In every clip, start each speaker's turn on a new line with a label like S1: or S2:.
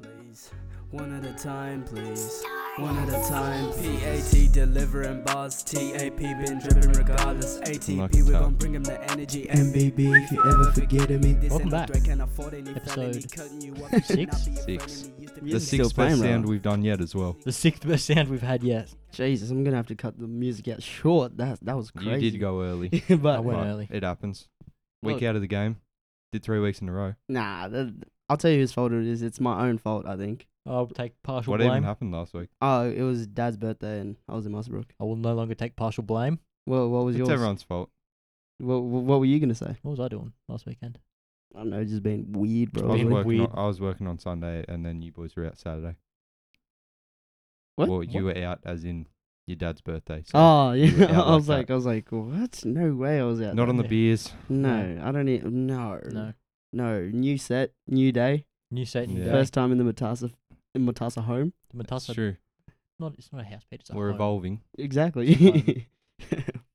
S1: please. One at a time, please. One at a time, PAT delivering bars, TAP been dripping regardless.
S2: Knock
S1: ATP,
S2: it
S1: we
S2: out.
S1: gon' bring him the energy. MBB, if you ever forget of me, this
S3: Welcome
S1: ain't no
S3: back.
S1: threat, can't afford any
S3: Episode
S1: felony, cutting you up, you should
S3: six?
S1: not be a friend
S2: Six.
S1: of me, used to be
S2: The
S1: a
S4: You're still
S2: sixth best
S4: playing,
S2: sound
S4: Ralph.
S2: we've done yet as well.
S3: The sixth best sound we've had yet.
S4: Jesus, I'm gonna have to cut the music out short. That that was crazy.
S2: You did go early.
S4: did go,
S3: I
S4: but
S3: went
S2: but
S3: early.
S2: It happens. Week
S4: Look.
S2: out of the game. Did three weeks in a row.
S4: nah, that, I'll tell you whose fault it is. It's my own fault, I think.
S3: I'll take partial
S2: What
S3: blame.
S2: even happened last week?
S4: Oh, it was Dad's birthday, and I was in Musbrook.
S3: I will no longer take partial blame.
S4: Well, what was
S2: It's
S4: yours?
S2: everyone's fault.
S4: What, what were you gonna say?
S3: What was I doing last weekend?
S4: I don't know, just being weird,
S2: I
S4: bro.
S2: was,
S3: Being
S2: working
S3: weird.
S2: on, I was working on Sunday and then you boys were out Saturday.
S4: What?
S2: Well, you were out as in your dad's birthday. So
S4: Oh
S2: You were
S4: yeah,
S2: out
S4: I
S2: like
S4: was
S2: that.
S4: like, I was like, what? No way, I was out.
S2: Not on the
S3: Yeah.
S2: beers.
S4: there. No, I don't need. No,
S3: No.
S4: no. New set, new day.
S3: New set, new
S2: Yeah.
S3: day.
S4: First time in the Matassa, in Matassa home.
S3: The
S2: That's
S3: Matassa-
S2: true.
S3: Not, it's not a house, Pete. It's a
S2: We're
S3: home.
S2: evolving.
S4: Exactly.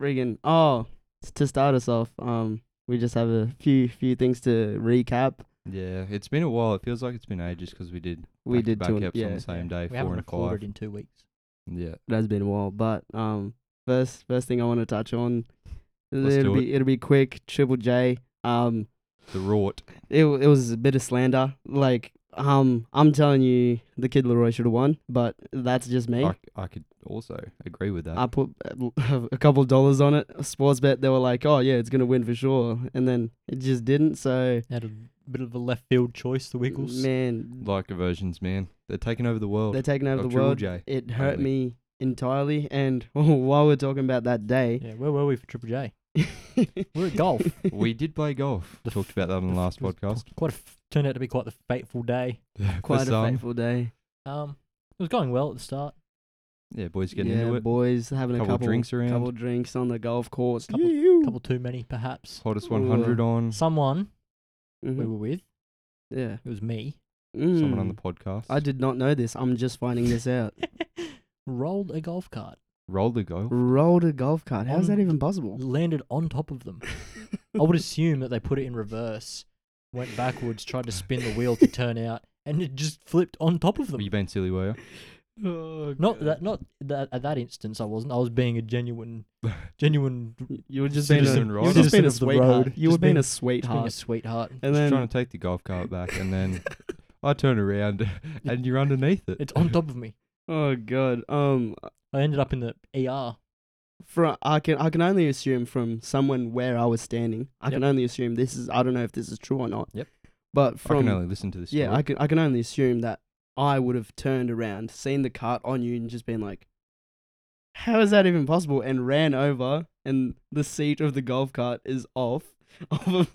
S4: Friggin' oh, s- to start us off, um, we just have a few few things to recap.
S2: Yeah, it's been a while. It feels like it's been ages because we did
S4: We
S2: back
S4: did
S2: back
S4: two and-
S2: eps on
S4: yeah.
S2: the same
S3: Yeah.
S2: day,
S3: we
S2: four
S3: haven't
S2: and five.
S3: recorded in two weeks.
S2: Yeah,
S4: It has been a while, but um, first first thing I want to touch on,
S2: Let's
S4: it'll
S2: do
S4: be it. will be quick. Triple J, um,
S2: the rort.
S4: it w- it was a bit of slander. Like um, I'm telling you, the kid Leroy should have won, but that's just me.
S2: I, I could also agree with that.
S4: I put a couple dollars on it. Sports bet, they were like, "Oh yeah, it's gonna win for sure," and then it just didn't. So
S3: Had a bit of a left field choice, the Wiggles.
S4: man,
S2: like aversions, man. They're taking over the world. Oh,
S4: they're taking over
S2: Of
S4: the
S2: Triple
S4: world.
S2: J.
S4: It hurt
S2: Only.
S4: me entirely. And while we're talking about that day,
S3: Yeah, where were we for Triple J? We're at golf.
S2: we did play golf.
S3: The
S2: Talked about that on the last
S3: It was
S2: podcast.
S3: Quite a f- turned out to be quite the fateful day.
S2: For
S4: quite a
S2: some,
S4: fateful day.
S3: Um, it was going well at the start.
S2: Yeah, boys getting
S4: yeah,
S2: into it.
S4: boys having
S2: Couple
S4: a couple
S2: drinks around.
S4: couple drinks on the golf course.
S3: Couple-
S4: Yeew.
S3: Couple too many, perhaps.
S2: Hottest 100 on.
S3: Someone
S4: Mhm.
S3: we were with,
S4: Yeah,
S3: it was me,
S2: Someone on the
S3: hmm.
S4: Mm.
S2: podcast.
S4: I did not know this. I'm just finding this out.
S3: rolled a golf cart,
S2: rolled the golf.
S4: Rolled a golf cart. How's
S3: On
S4: that even possible?
S3: landed on top of them. I would assume that they put it in reverse, went backwards, tried to spin the wheel to turn out, and it just flipped on top of them.
S2: You been silly, were
S4: Oh,
S3: Not
S4: God.
S3: that, not that at that instance, I wasn't. I was being a genuine, genuine,
S4: You were just
S2: Seen
S4: being
S2: us
S4: a,
S2: in
S4: you
S2: Rome.
S4: were just being
S3: Citizen
S4: a
S3: of the road.
S4: sweetheart. You were
S3: Just
S4: being
S3: being-
S4: a
S3: just being a
S4: sweetheart.
S3: sweetheart.
S4: And
S2: you?
S4: then
S2: Trying to take the golf cart back, and then I turn around, and you're underneath it.
S3: It's on top of me.
S4: oh god, um,
S3: I ended up in the ER.
S4: from I can I can only assume from someone where I was standing. I
S3: Yep.
S4: can only assume this is I don't know if this is true or not.
S2: Yep.
S4: But
S2: I can
S4: from
S2: only listen to this.
S4: yeah,
S2: story.
S4: I can I can only assume that I would have turned around, seen the cart on you, and just been like, "How is that even possible?" And ran over, and the seat of the golf cart is off. of a-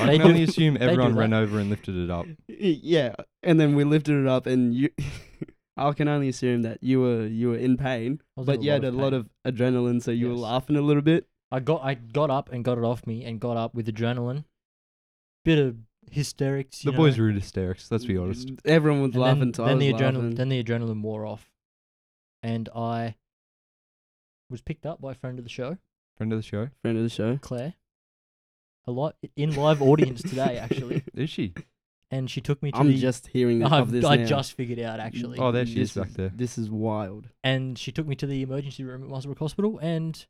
S2: I can
S3: They do-
S2: only assume
S3: do
S2: everyone
S3: that.
S2: ran over and lifted it up.
S4: yeah, and then we lifted it up, and you. I can only assume that you were you were in pain,
S3: I was in
S4: but you had a lot
S3: pain.
S4: of adrenaline, so you were
S3: Yes.
S4: laughing a little bit.
S3: I got I got up and got it off me and got up with adrenaline, bit of hysterics.
S2: The
S3: you
S2: boys
S3: know. Mm-hmm.
S2: were in hysterics. Let's be honest.
S4: Everyone was
S3: and
S4: laughing.
S3: then,
S4: so I
S3: then
S4: was
S3: the adrenaline
S4: laughing.
S3: then the adrenaline wore off, and I was picked up by a friend of the show,
S2: Friend of the show.
S4: friend of the show.
S3: Claire, a lot in live audience today actually,
S2: Is she?
S3: and she took me to
S4: I'm
S3: the.
S4: just hearing this, of
S3: I've,
S4: this
S3: I
S4: now.
S3: just figured out actually,
S2: Oh, there she
S4: this
S2: is back there.
S4: This is wild.
S3: and she took me to the emergency room at Muswell Hospital, and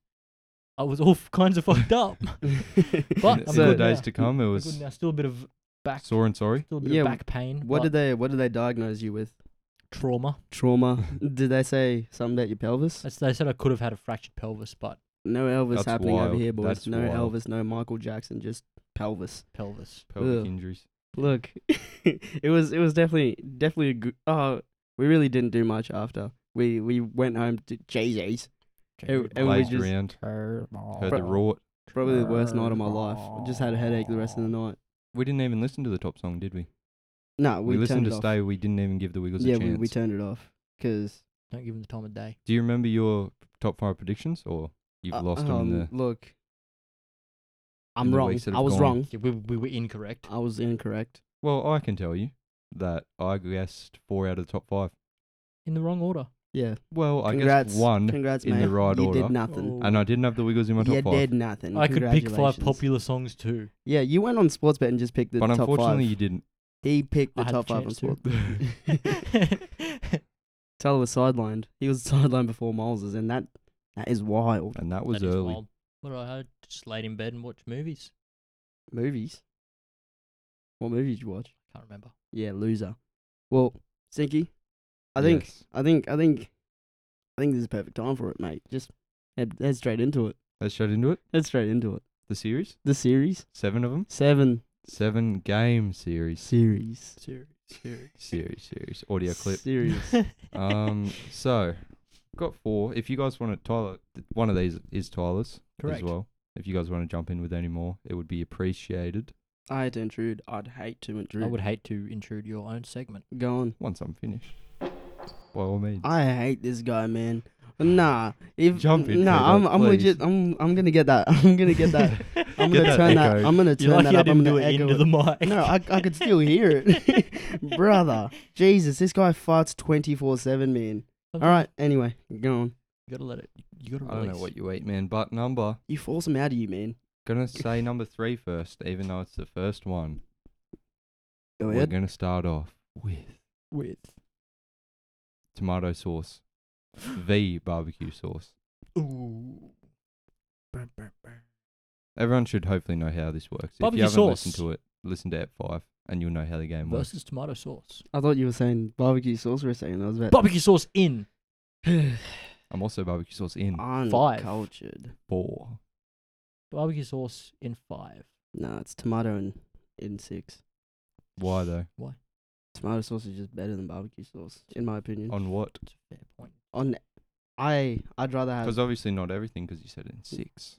S3: I was all kinds of fucked up. But
S2: in
S3: I'm
S2: the
S3: good
S2: days
S3: now.
S2: to come, it
S3: I'm
S2: was
S3: good now, still a bit of back,
S2: sore and sorry.
S3: still a bit
S4: Yeah,
S3: of back pain.
S4: what
S3: but
S4: did they What did they diagnose you with?
S3: trauma?
S4: Trauma. did they say something about your pelvis?
S3: That's- They said I could have had a fractured pelvis, but
S4: No Elvis
S2: That's
S4: happening
S2: wild.
S4: over here, boys.
S2: That's
S4: no
S2: wild.
S4: Elvis. No Michael Jackson. Just pelvis.
S3: pelvis.
S2: Pelvic
S4: Ugh.
S2: injuries.
S4: Look, it was it was definitely definitely a good. Oh, we really didn't do much after. We we went home to JJ's. It- it
S2: Lazed
S4: was just- Oh,
S2: around. Heard the
S3: the
S2: rort.
S4: Probably the worst night of my life. I just had a headache the rest of the night.
S2: We didn't even listen to the top song, did we?
S4: No,
S2: We,
S4: we,
S2: listened
S4: turned
S2: to
S4: it off.
S2: Stay. We didn't even give the Wiggles
S4: yeah,
S2: a chance.
S4: we, we turned it off because
S3: Don't give him the time of day.
S2: Do you remember your top five predictions, or you've
S4: Uh,
S2: lost them in the?
S4: um, Look, I'm
S2: the
S4: wrong.
S2: weeks that
S4: I
S2: have
S4: was
S2: gone.
S4: wrong.
S3: Yeah, we, we were incorrect.
S4: I was incorrect.
S2: Well, I can tell you that I guessed four out of the top five.
S3: In the wrong order.
S4: Yeah.
S2: Well, I
S4: Congrats.
S2: guessed one,
S4: Congrats,
S2: in
S4: mate.
S2: the right
S4: you
S2: order.
S4: did nothing.
S2: and I didn't have the Wiggles in my top
S4: you
S2: five.
S4: did nothing.
S3: Oh. I could pick five
S4: Mm, Congratulations.
S3: popular songs too.
S4: Yeah, you went on Sportsbet and just picked the
S2: but
S4: top
S2: unfortunately,
S4: five.
S2: you didn't.
S4: He picked
S3: I
S4: the
S3: had the
S4: top five on
S3: chance
S4: sport.
S3: to.
S4: Teller was sidelined. He was sidelined before Miles's, and that that is wild.
S2: and that was
S3: That is
S2: early.
S3: wild. What I had, just laid in bed and watched movies.
S4: Movies. What movie did you watch?
S3: Can't remember.
S4: Yeah, loser. Well, Sinky, I think
S2: Yes.
S4: I think I think I think this is a perfect time for it, mate. Just head, head straight into it.
S2: Let's shut into it.
S4: Head straight into it.
S2: The series,
S4: The series
S2: seven of them,
S4: seven
S2: seven game series,
S4: series
S3: Serious,
S2: series, series, audio clip.
S4: series.
S2: Um, so got four. If you guys want to, Tyler, th- one of these is Tyler's
S3: Correct.
S2: as well. If you guys want to jump in with any more, it would be appreciated
S4: I had to intrude. I'd hate to intrude.
S3: I would hate to intrude your own segment.
S4: go on.
S2: once I'm finished. By all means,
S4: I hate this guy, man. Nah, if
S2: Jump in,
S4: nah, I'm
S2: Pedro,
S4: I'm
S2: please.
S4: legit. I'm I'm gonna get that. I'm gonna get that. I'm
S2: Get
S4: gonna
S2: that
S4: turn that.
S2: echoed.
S4: I'm gonna turn
S3: You're lucky
S4: that
S3: I
S4: up.
S3: didn't
S4: I'm
S3: do
S4: gonna
S3: it
S4: echo
S3: into
S4: it.
S3: the mic.
S4: No, I I could still hear it, brother. Jesus, this guy farts twenty four seven, man. All right. Anyway, go on.
S3: You gotta let it. You gotta
S2: I
S3: release.
S2: don't know what you eat, man. But number,
S4: You force him out of you, man.
S2: gonna say number three first, even though it's the first one.
S4: Go
S2: We're
S4: ahead.
S2: gonna start off with
S3: with.
S2: tomato sauce, the barbecue sauce.
S3: Ooh. Bam, bam, bam.
S2: Everyone should hopefully know how this works. if
S3: Barbecue
S2: you haven't listened
S3: sauce.
S2: to it, listen to Ep Five, and you'll know how the game works.
S3: Versus tomato sauce.
S4: I thought you were saying barbecue sauce for a second. I was about
S3: Barbecue sauce in.
S2: I'm also barbecue sauce in
S1: Ah.
S3: Five.
S4: uncultured.
S2: four.
S3: Barbecue sauce in five.
S4: Nah, it's tomato and in six.
S2: Why though?
S4: Tomato sauce is just better than barbecue sauce, in my opinion.
S2: On what?
S3: That's a fair point.
S4: On, I I'd rather have.
S2: Because obviously not everything. Because you said it in six.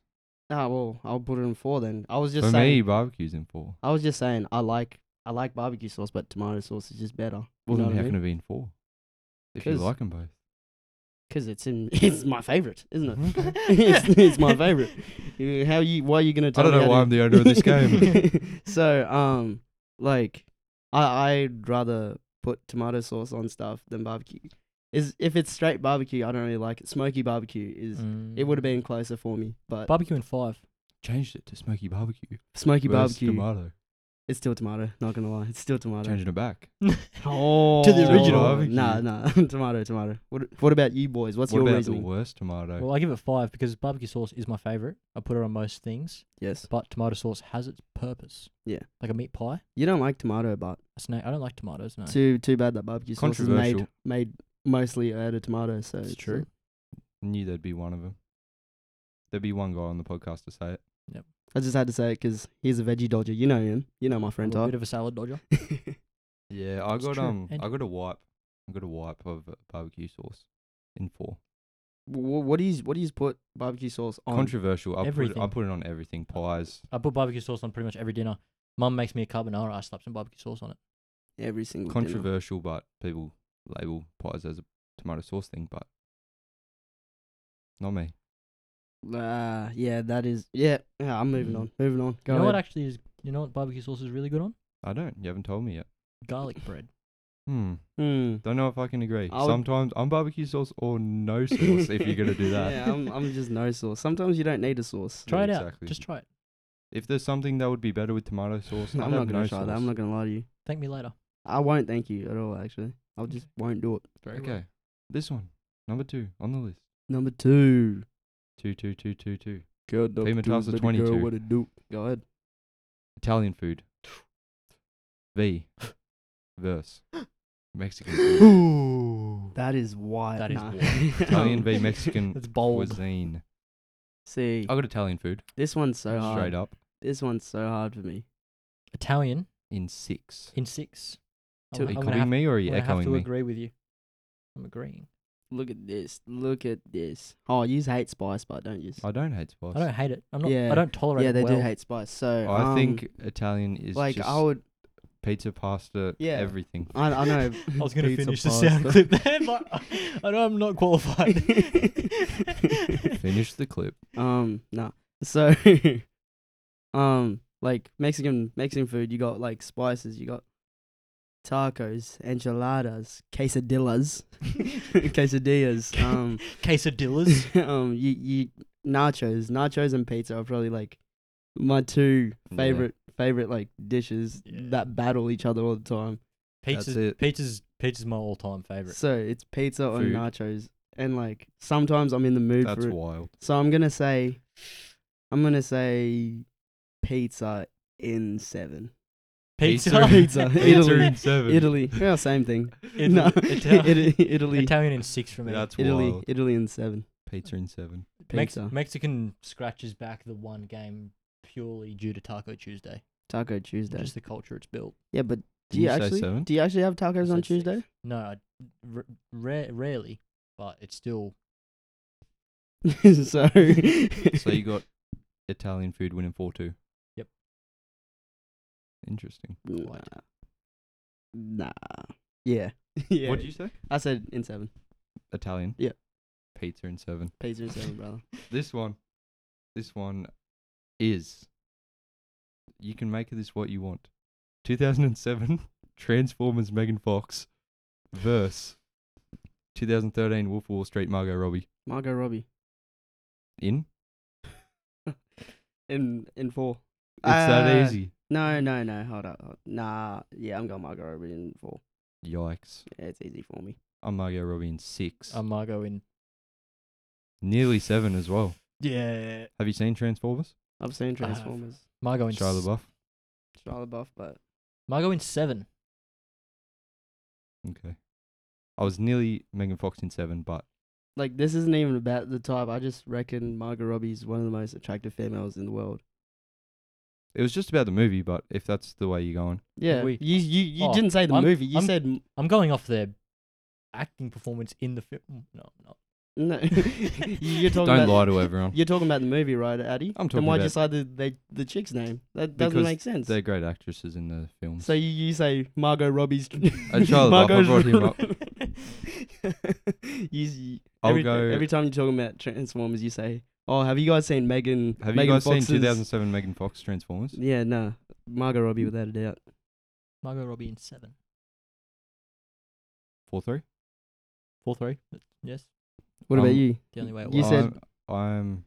S4: Ah, well, I'll put it in four then. I was just
S2: For
S4: saying.
S2: me, barbecue's in four.
S4: I was just saying. I like I like barbecue sauce, but tomato sauce is just better.
S2: Well,
S4: you know
S2: then
S4: what
S2: how
S4: I
S2: can
S4: mean?
S2: it be in four? If you
S4: 'Cause-
S2: like them both.
S4: Because it's in. It's my favorite, isn't it?
S2: Okay.
S3: Mm-hmm.
S4: it's, it's my favorite. You- How you? Why are you gonna? Tell
S2: don't
S4: me
S2: know
S4: how
S2: why
S4: to-
S2: I'm the owner of this game.
S4: so um, like, I I'd rather put tomato sauce on stuff than barbecue. Is if it's straight barbecue, I don't really like it. Smoky barbecue is. It would have been closer for me, but
S3: Mm. Barbecue in five.
S2: Changed it to smoky barbecue.
S4: smoky
S2: versus
S4: barbecue.
S2: Tomato.
S4: It's still tomato. Not gonna lie, it's still tomato.
S2: Changing it back.
S4: Oh,
S3: To the original.
S2: Barbecue.
S4: Nah, nah. tomato, tomato. What, what about you boys? What's
S2: what
S4: your
S2: about
S4: reasoning?
S2: the worst tomato?
S3: Well, I give it five because barbecue sauce is my favorite. I put it on most things,
S4: yes.
S3: but tomato sauce has its purpose.
S4: Yeah.
S3: Like a meat pie.
S4: You don't like tomato, but
S3: That's na- I don't like tomatoes. No.
S4: too too bad that barbecue sauce is made
S2: Controversial.
S4: made mostly out of tomato. So
S3: It's
S4: a-
S3: true.
S2: Knew there'd be one of them. There'd be one guy on the podcast to say it.
S4: I just had to say it because he's a veggie dodger. You know him. You know my
S3: I'm
S4: friend
S3: a
S4: Todd.
S3: bit of a salad dodger.
S2: Yeah, I
S3: It's
S2: got
S3: true,
S2: um,
S3: and-
S2: I got a wipe. I got a wipe of uh, barbecue sauce in four.
S4: Wh- what do you what do you put barbecue sauce on?
S2: Controversial. I put it, I
S3: everything.
S2: put it on everything. Pies.
S3: I put barbecue sauce on pretty much every dinner. Mum makes me a carbonara. I slap some barbecue sauce on it.
S4: Every single dinner.
S2: Controversial, but people label pies as a tomato sauce thing, but not me.
S4: Ah, yeah, that is. Yeah, yeah. I'm moving
S2: Mm.
S4: on. Moving on. Go
S3: you know what
S4: ahead.
S3: actually is? You know what barbecue sauce is really good on?
S2: I don't. You haven't told me yet.
S3: Garlic bread.
S2: Hmm.
S4: Hmm.
S2: Don't know if I can agree.
S4: I would-
S2: Sometimes I'm barbecue sauce or no sauce if you're gonna do that.
S4: yeah, I'm, I'm just no sauce. Sometimes you don't need a sauce.
S3: Try it
S2: exactly.
S3: out. Just try it.
S2: If there's something that would be better with tomato sauce,
S4: I'm
S2: I'd
S4: not
S2: have
S4: gonna
S2: no
S4: try
S2: sauce.
S4: that. I'm not gonna lie to you.
S3: Thank me later.
S4: I won't thank you at all. Actually, I'll just won't do it.
S3: Very well.
S2: Okay. This one, number two on the list.
S4: Number two.
S2: Two, two, two, two, two.
S4: Girl, number
S2: Payment task of
S4: baby girl,
S2: 22.
S4: what it do? Go ahead.
S2: Italian food. V. Verse. Mexican food.
S3: Ooh.
S4: That is wild.
S3: That is
S4: Nah.
S3: wild.
S2: Italian v Mexican
S3: That's bold.
S2: cuisine.
S4: See,
S2: I got Italian food
S4: this one's so hard.
S2: straight up
S4: This one's so hard for me.
S3: Italian
S2: in six.
S3: in six.
S4: To-
S2: Are
S3: I'm, I'm
S2: you
S3: gonna have,
S2: copying me or are
S3: I'm
S2: you
S3: gonna have
S2: echoing
S3: to
S2: me?
S3: agree with you. I'm agreeing.
S4: Look at this. Look at this. Oh, you hate spice, but don't you?
S2: I don't hate spice.
S3: I don't hate it. I'm not.
S4: Yeah.
S3: I don't tolerate.
S4: Yeah,
S3: it
S4: they
S3: well.
S4: do hate spice. So
S2: I
S4: um,
S2: think Italian is
S4: like
S2: just
S4: I would.
S2: pizza, pasta,
S4: Yeah.
S2: everything.
S4: I, I know.
S3: I was gonna
S4: pizza,
S3: finish the sound
S4: pasta.
S3: clip there, but I know I'm not qualified.
S2: Finish the clip.
S4: Um, no. So, um, like Mexican Mexican food, you got like spices, you got tacos, enchiladas, quesadillas, quesadillas. Um,
S3: Quesadillas.
S4: um, you you nachos, nachos and pizza are probably like my two
S2: Yeah.
S4: favorite favorite like dishes
S3: Yeah.
S4: that battle each other all the time.
S2: That's
S3: Pizza,
S2: it.
S3: pizza's pizza's my all-time favorite.
S4: So it's pizza or
S2: Food.
S4: nachos, and like sometimes I'm in the mood
S2: That's
S4: Oh, for it.
S2: wild.
S4: So I'm gonna say, I'm gonna say, uh, pizza in seven.
S3: Pizza,
S4: Pizza.
S2: Pizza
S4: Italy.
S2: in seven.
S4: Italy, yeah, same thing.
S3: Italy,
S4: no,
S3: Italian,
S4: Italy, Italy,
S3: Italian in six for me.
S2: That's
S4: Italy,
S2: wild.
S4: Italy in seven.
S2: Pizza in seven.
S3: Mex-
S4: Pizza,
S3: Mexican scratches back the one game purely due to Taco Tuesday.
S4: Taco Tuesday.
S3: Just the culture it's built.
S4: Yeah, but do
S2: Didn't
S4: you,
S2: you say
S4: actually
S2: seven?
S4: do you actually have tacos
S3: I
S4: on
S3: said six.
S4: Tuesday?
S3: No, I r- ra- rarely, but it's still
S4: so,
S2: So you got Italian food winning four two.
S3: Yep.
S2: Interesting.
S4: nah.
S3: quite.
S4: Nah. Yeah. yeah.
S2: What did you say?
S4: I said in seven.
S2: Italian.
S4: Yeah.
S2: Pizza in seven.
S4: Pizza in seven, brother.
S2: This one, this one, is. You can make of this what you want. 2007 Transformers Megan Fox, verse. 2013 Wolf of Wall Street Margot Robbie
S4: Margot Robbie.
S2: in.
S4: In in four.
S2: It's that
S4: Uh,
S2: easy.
S3: Mm-hmm.
S4: No, no, no. Hold up. hold- Nah. Yeah, I'm going Margot Robbie in four.
S2: Yikes!
S4: Yeah, it's easy for me.
S2: I'm Margot Robbie in six,
S4: Um,
S3: I'm Margo in.
S2: nearly seven as well.
S3: Yeah.
S2: Have you seen Transformers?
S4: I've seen
S3: I have.
S4: Transformers.
S3: Margo in.
S2: Shia
S3: s-
S2: LaBeouf.
S4: Shia LaBeouf, but
S3: Margo in seven.
S2: Okay. I was nearly Megan Fox in seven, but
S4: like this isn't even about the type. I just reckon Margot Robbie's one of the most attractive females in the world.
S2: it was just about the movie. But if that's the way you're going,
S4: Yeah.
S3: we-
S4: you you, you
S3: Oh,
S4: didn't say the
S3: I'm-
S4: movie. You
S3: I'm-
S4: said m-
S3: I'm going off their acting performance in the film. No, no.
S4: no. You're talking
S2: don't
S4: about
S2: lie to everyone.
S4: You're talking about the movie, right, Addy?
S2: I'm
S4: Then
S2: talking
S4: why'd you
S2: about-
S4: say the, the the chick's name? That doesn't
S2: Because
S4: make sense.
S2: They're great actresses in the films.
S4: So you, you say Margot Robbie's.
S2: And Shia LaBeouf, I brought him up.
S4: you, you-
S2: I'll
S4: every,
S2: go-
S4: every time you're talking about Transformers, you say, "Oh, have you guys seen Megan?
S2: Have
S4: Megan
S2: you guys
S4: Fox's?
S2: seen 2007 Megan Fox Transformers?
S4: Yeah, no, Margot Robbie without a doubt.
S3: Margot Robbie in seven.
S2: Four three.
S3: Four three. Yes.
S4: What about
S2: Um,
S4: you?
S3: The only way it
S4: You
S3: works.
S4: said-
S2: I'm, I'm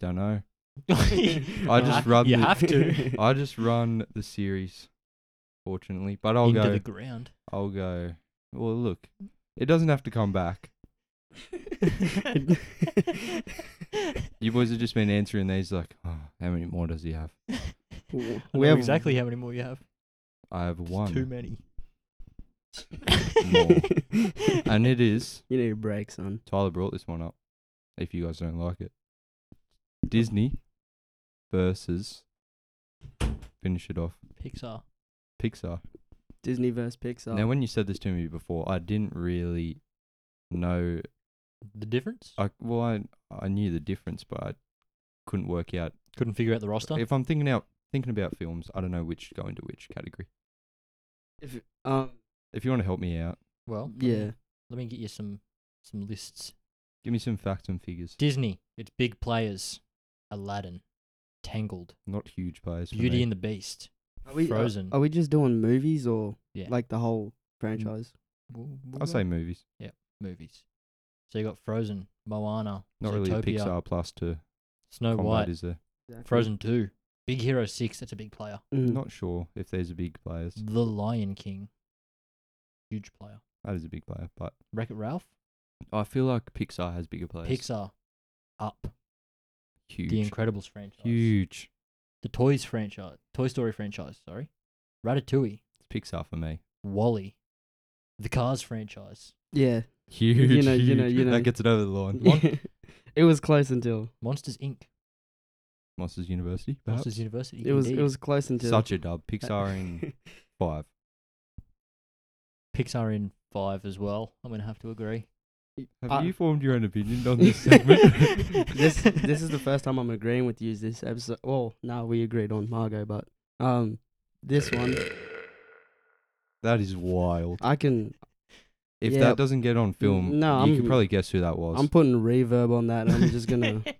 S2: don't know.
S3: I
S2: I just
S3: you
S2: run.
S3: You
S2: the,
S3: have to.
S2: I just run the series, fortunately. But I'll
S3: into
S2: go.
S3: the ground.
S2: I'll go. Well, look, it doesn't have to come back. You boys have just been answering these like, oh, how many more does he have?
S4: we
S3: I know exactly how many more you have.
S2: I have
S3: It's
S2: one,
S3: Too many.
S2: more. and it is
S4: You need a break, son.
S2: Tyler brought this one up. If you guys don't like it, Disney versus finish it off
S3: Pixar.
S2: Pixar.
S4: Disney versus Pixar.
S2: Now, when you said this to me before, I didn't really know.
S3: The difference?
S2: I well, I I knew the difference, but I couldn't work out.
S3: Couldn't figure out the roster.
S2: If I'm thinking out thinking about films, I don't know which go into which category.
S4: if, um,
S2: If you want to help me out,
S3: well, let me-
S4: yeah,
S3: Let me get you some some lists.
S2: give me some facts and figures.
S3: Disney. It's big players. Aladdin. Tangled.
S2: Not huge players. for
S3: Beauty
S2: me.
S3: and the Beast.
S4: are we, uh,
S3: Frozen.
S4: Are, are we just doing movies or
S3: Yeah.
S4: like the whole franchise? oh,
S3: W- w-
S2: I say movies.
S3: movies. So you got Frozen, Moana,
S2: Not really a
S3: Zootopia,
S2: Pixar plus to
S3: Snow
S2: combat
S3: White,
S2: is there.
S4: Mm.
S3: Frozen Two, Big Hero Six. That's a big player.
S4: Mhm.
S2: Not sure if there's a big players.
S3: The Lion King, huge player.
S2: That is a big player, but
S3: Wreck It Ralph,
S2: I feel like Pixar has bigger players.
S3: Pixar, Up,
S2: huge,
S3: The Incredibles franchise,
S2: huge.
S3: the Toys franchise, Toy Story franchise. Sorry, Ratatouille,
S2: It's Pixar for me.
S3: Wally, the Cars franchise,
S4: Yeah.
S2: Huge,
S4: know- you know-
S2: huge.
S4: you know.
S2: That gets it over the line.
S4: it was close until
S3: Monsters Inc.,
S2: Monsters University, perhaps.
S3: Monsters University.
S4: it was
S3: indeed.
S4: it was close until
S2: Such a dub.
S4: Uh,
S2: Pixar in five.
S3: Pixar in five as well. I'm gonna have to agree.
S2: Have
S4: Uh,
S2: you formed your own opinion on this segment?
S4: this this is the first time I'm agreeing with you this episode. Well, no, we agreed on Margot, but um this one
S2: that is wild.
S4: I can
S2: If
S4: Yeah.
S2: that doesn't get on film,
S4: no,
S2: you
S4: I'm-
S2: could probably guess who that was.
S4: I'm putting reverb on that and I'm just gonna um,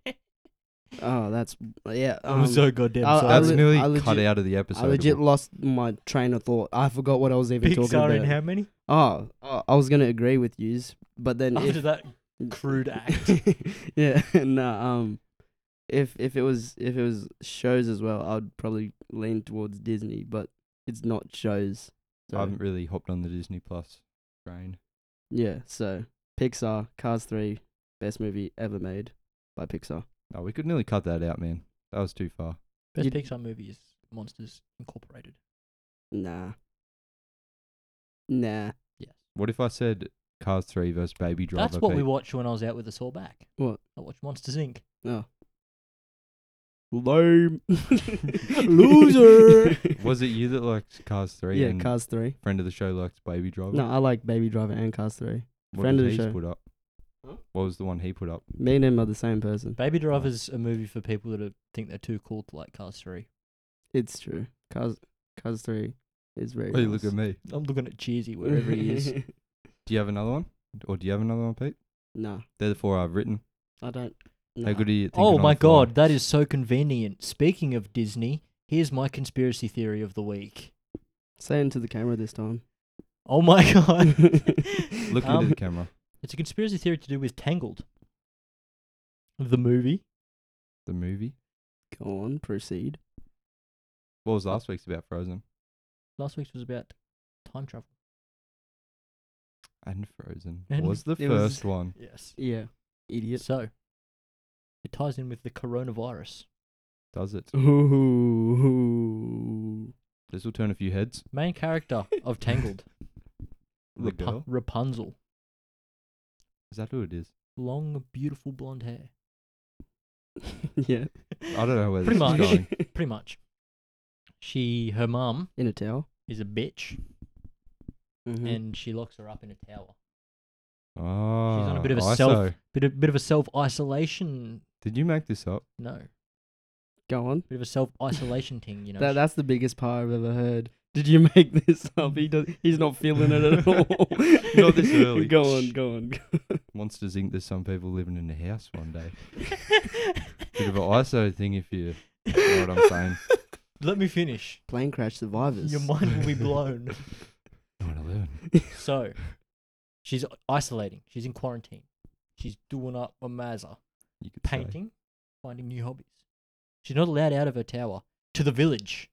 S4: Oh, that's yeah. Um,
S3: I'm so goddamn
S4: I'll-
S3: sorry.
S4: I'll-
S2: That's
S4: le-
S2: nearly
S4: I
S2: cut
S4: legit-
S2: out of the episode.
S4: I legit lost my train of thought. I forgot what I was even talking
S3: Pixar
S4: about.
S3: in how many?
S4: oh, oh, I was gonna agree with yous, but then
S3: After
S4: if,
S3: that crude act.
S4: yeah, no, um, if if it was if it was shows as well, I'd probably lean towards Disney, but it's not shows. So
S2: I haven't really hopped on the Disney Plus train.
S4: yeah, so Pixar, Cars Three, best movie ever made by Pixar.
S2: Oh, we could nearly cut that out, man. That was too far.
S3: Best
S4: You'd-
S3: Pixar movie is Monsters Incorporated.
S4: Nah. Nah.
S3: Yes.
S2: What if I said Cars 3 versus Baby Driver?
S3: That's what we
S2: Pete?
S3: watched when I was out with a sore back.
S4: What?
S3: I watched Monsters Inc.
S4: Oh. Lame.
S3: Loser.
S2: Was it you that liked Cars 3?
S4: Yeah,
S2: and
S4: Cars Three.
S2: Friend of the show liked Baby Driver?
S4: No, I like Baby Driver and Cars Three.
S2: What
S4: friend
S2: did
S4: of the
S2: he's
S4: show.
S2: put up? What was the one he put up?
S4: Me and him are the same person.
S3: Baby Driver's a movie for people that are, think they're too cool to like Cars 3.
S4: It's true. Cars Cars Three is very.
S2: Hey, look
S4: nice.
S2: at me.
S3: I'm looking at Cheesy wherever he is.
S2: Do you have another one? Or do you have another one, Pete?
S4: no,
S2: They're the four I've written.
S4: I don't.
S2: How
S4: No.
S2: good are you? at thinking
S3: Oh
S2: on
S3: my
S2: the fly?
S3: god, that is so convenient. Speaking of Disney, here's my conspiracy theory of the week.
S4: Say into the camera this time.
S3: Oh my god.
S2: Look
S3: Um,
S2: into the camera.
S3: It's a conspiracy theory to do with Tangled. The movie.
S2: The movie.
S4: Go on, proceed.
S2: What was last week's about Frozen?
S3: Last week's was about time travel.
S2: And Frozen
S3: And
S2: was the
S4: it was-
S2: first one.
S3: Yes.
S4: Yeah, idiot.
S3: So it ties in with the coronavirus.
S2: Does it?
S3: Mm.
S4: Ooh.
S2: This will turn a few heads.
S3: Main character of Tangled,
S2: The
S3: Rapu-
S2: girl.
S3: Rapunzel.
S2: Is that who it is?
S3: Long, beautiful blonde hair.
S4: yeah.
S2: I don't know where
S3: Pretty
S2: this is
S3: much.
S2: going.
S3: Pretty much. She, her mum,
S4: In a towel.
S3: is a bitch,
S4: Mhm.
S3: and she locks her up in a tower.
S2: Oh,
S3: a bit of a self- Bit of, bit of a self isolation.
S2: Did you make this up?
S3: No,
S4: Go on.
S3: bit of a self isolation thing. You know.
S4: That,
S3: She-
S4: that's the biggest pie I've ever heard. Did you make this up? He does, he's not feeling it at all.
S2: Not this early.
S4: Go on, go on.
S2: Monsters Inc. There's some people living in a house one day. Bit of an ISO thing if you know what I'm saying.
S3: Let me finish.
S4: Plane crash survivors.
S3: Your mind will be blown.
S2: Nine eleven.
S3: so, she's isolating. She's in quarantine. She's doing up a mazza,
S2: You could say.
S3: painting, finding new hobbies. She's not allowed out of her tower to the village.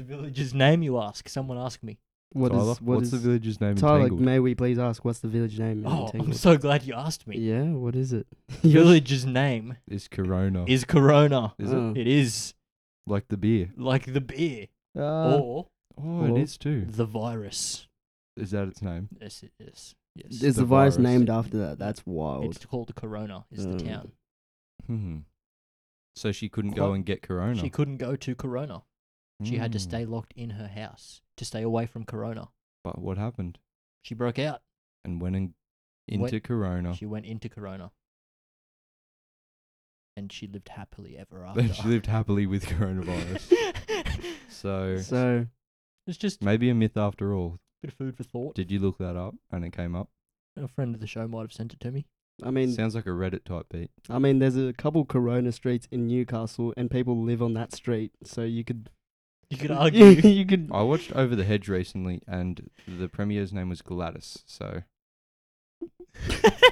S3: The village's name, you ask. Someone asked me.
S4: What
S2: Tyler,
S4: is- what
S2: what's the
S4: is-
S2: village's name? in
S4: Tyler,
S2: Tangled?
S4: may we please ask what's the village name? in
S3: Oh, I'm
S4: Tangled?
S3: so glad you asked me.
S4: Yeah, what is it?
S3: The village's name
S2: Is Corona?
S3: is Corona.
S2: Is it?
S4: Oh.
S3: It is
S2: like the beer?
S3: like the beer
S4: Uh,
S3: or
S2: Oh,
S4: Hello?
S2: it is too.
S3: the virus.
S2: Is that its name?
S3: Yes, it is. Yes.
S4: is
S2: the
S4: the virus,
S2: virus.
S4: named after that? That's wild.
S3: It's called Corona. Is the
S4: Uh,
S3: town
S2: Hmm. So she couldn't
S3: Clo-
S2: go and get Corona.
S3: she couldn't go to Corona. She had to
S2: Hmm.
S3: stay locked in her house to stay away from Corona.
S2: But what happened?
S3: She broke out.
S2: And went and into
S3: Went-
S2: Corona.
S3: She went into Corona, and she lived happily ever after.
S2: Then she lived happily with coronavirus. so
S4: So
S3: it's just a
S2: maybe a myth after all.
S3: bit of food for thought.
S2: Did you look that up and it came up?
S3: A friend of the show might have sent it to me.
S4: I mean,
S2: Sounds like a Reddit type beat.
S4: I mean, there's a couple Corona streets in Newcastle, and people live on that street, so you could
S3: You could argue.
S4: you could.
S2: I watched Over the Hedge recently, and the premier's name was Gladys. So
S4: it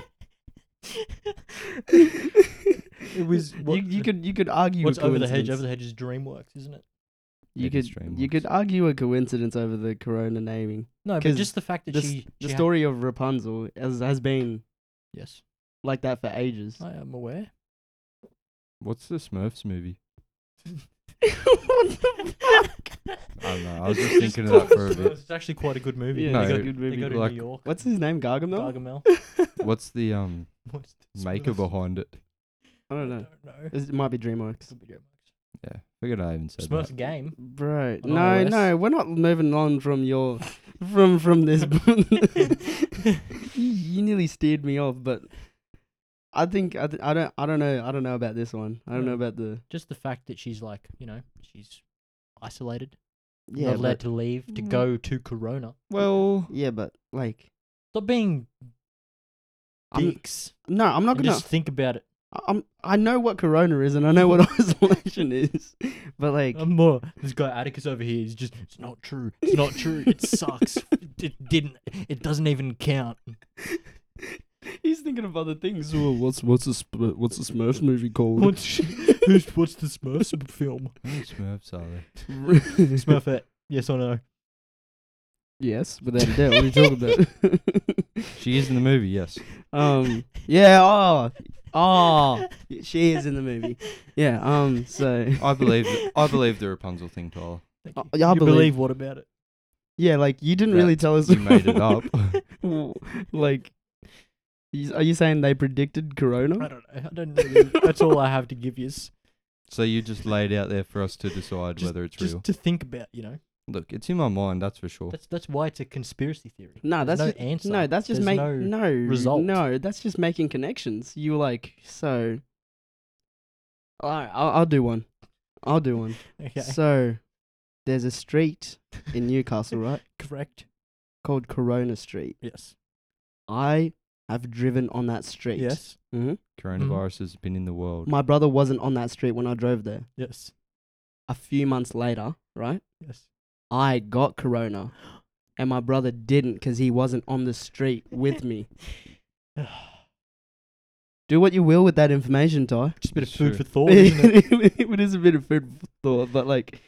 S3: was- what-
S4: you, you could you could argue
S3: What's
S4: a
S3: over the hedge?
S4: coincidence.
S3: Over the hedge is DreamWorks, isn't it?
S4: You
S2: It is
S4: could you could
S2: DreamWorks.
S4: argue a coincidence over the Corona naming.
S3: No, but
S4: 'Cause
S3: just the fact that
S4: the s-
S3: she
S4: The
S3: she ha-
S4: story of Rapunzel has, has been
S3: yes,
S4: like that for ages.
S3: I am aware.
S2: what's the Smurfs movie?
S4: What the fuck?
S2: I don't know. I was just thinking of that for a bit.
S3: It's actually quite a good movie.
S4: Yeah,
S2: No,
S4: it's
S3: they
S4: a
S3: go,
S4: good
S3: they
S4: movie.
S3: go to
S2: like-
S3: New York.
S4: What's his name? Gargamel.
S3: Gargamel?
S2: What's the um
S3: What's this
S2: maker
S3: movie?
S2: behind it?
S4: I don't know.
S3: I don't know.
S4: It might be DreamWorks.
S3: Could be DreamWorks.
S2: Yeah, figured I even said
S3: Smurfs
S2: that.
S3: game.
S4: Bro,
S3: On
S4: no,
S3: iOS.
S4: no, we're not moving on from your from from this. you, you nearly steered me off, but I think I, th- I don't I don't know I don't know about this one. I don't
S3: No.
S4: know about the
S3: Just the fact that she's like, you know, she's isolated,
S4: yeah,
S3: not allowed
S4: but,
S3: to leave, to
S4: Mm.
S3: go to Corona.
S2: Well,
S4: yeah, but like
S3: Stop being
S4: I'm-
S3: dicks.
S4: no, I'm not
S3: and
S4: gonna.
S3: just think about it.
S4: I'm I know what corona is and I know what isolation is, but like
S3: I'm more. This guy Atticus over here is just. It's not true. It's not true. It sucks. it didn't. It doesn't even count.
S4: he's thinking of other things. Well, uh, what's what's a sp- what's a Smurfs movie called?
S3: What's, who's- what's the Smurfs film?
S2: How many Smurfs are there?
S3: Smurfette. Yes or no?
S4: yes, without a doubt. What are you talking about?
S2: She is in the movie, yes.
S4: um. Yeah. Oh. Oh. She is in the movie. Yeah. Um. So.
S2: I believe I believe the Rapunzel thing, Tyler.
S3: Thank
S4: I-
S3: you.
S4: yeah, I
S3: You
S4: believe-
S3: what about it?
S4: Yeah. Like you didn't really
S2: That
S4: tell us.
S2: You made it up.
S4: like. you- Are you saying they predicted Corona?
S3: I don't know. I don't really, that's all I have to give you.
S2: So you just laid out there for us to decide whether it's
S3: Just
S2: real.
S3: to think about, you know.
S2: Look, it's in my mind, that's for sure.
S3: That's that's why it's a conspiracy theory.
S4: No,
S3: There's
S4: that's
S3: no
S4: just,
S3: answer.
S4: no, that's just
S3: There's
S4: make
S3: no
S4: no,
S3: result.
S4: No, that's just making connections. You were like so. All right, I'll, I'll do one. I'll do one.
S3: Okay.
S4: So, there's a street in Newcastle, right,
S3: Correct.
S4: called Corona Street.
S3: Yes.
S4: I have driven on that street.
S3: Yes.
S4: hmm
S2: Coronavirus has been in the world.
S4: My brother wasn't on that street when I drove there.
S3: Yes.
S4: A few months later, right,
S3: Yes.
S4: I got Corona, and my brother didn't because he wasn't on the street with me. Do what you will with that information, Ty.
S3: Just a bit of
S2: It's
S3: food
S2: true.
S3: for thought. isn't it?
S4: it is a bit of food for thought, but like,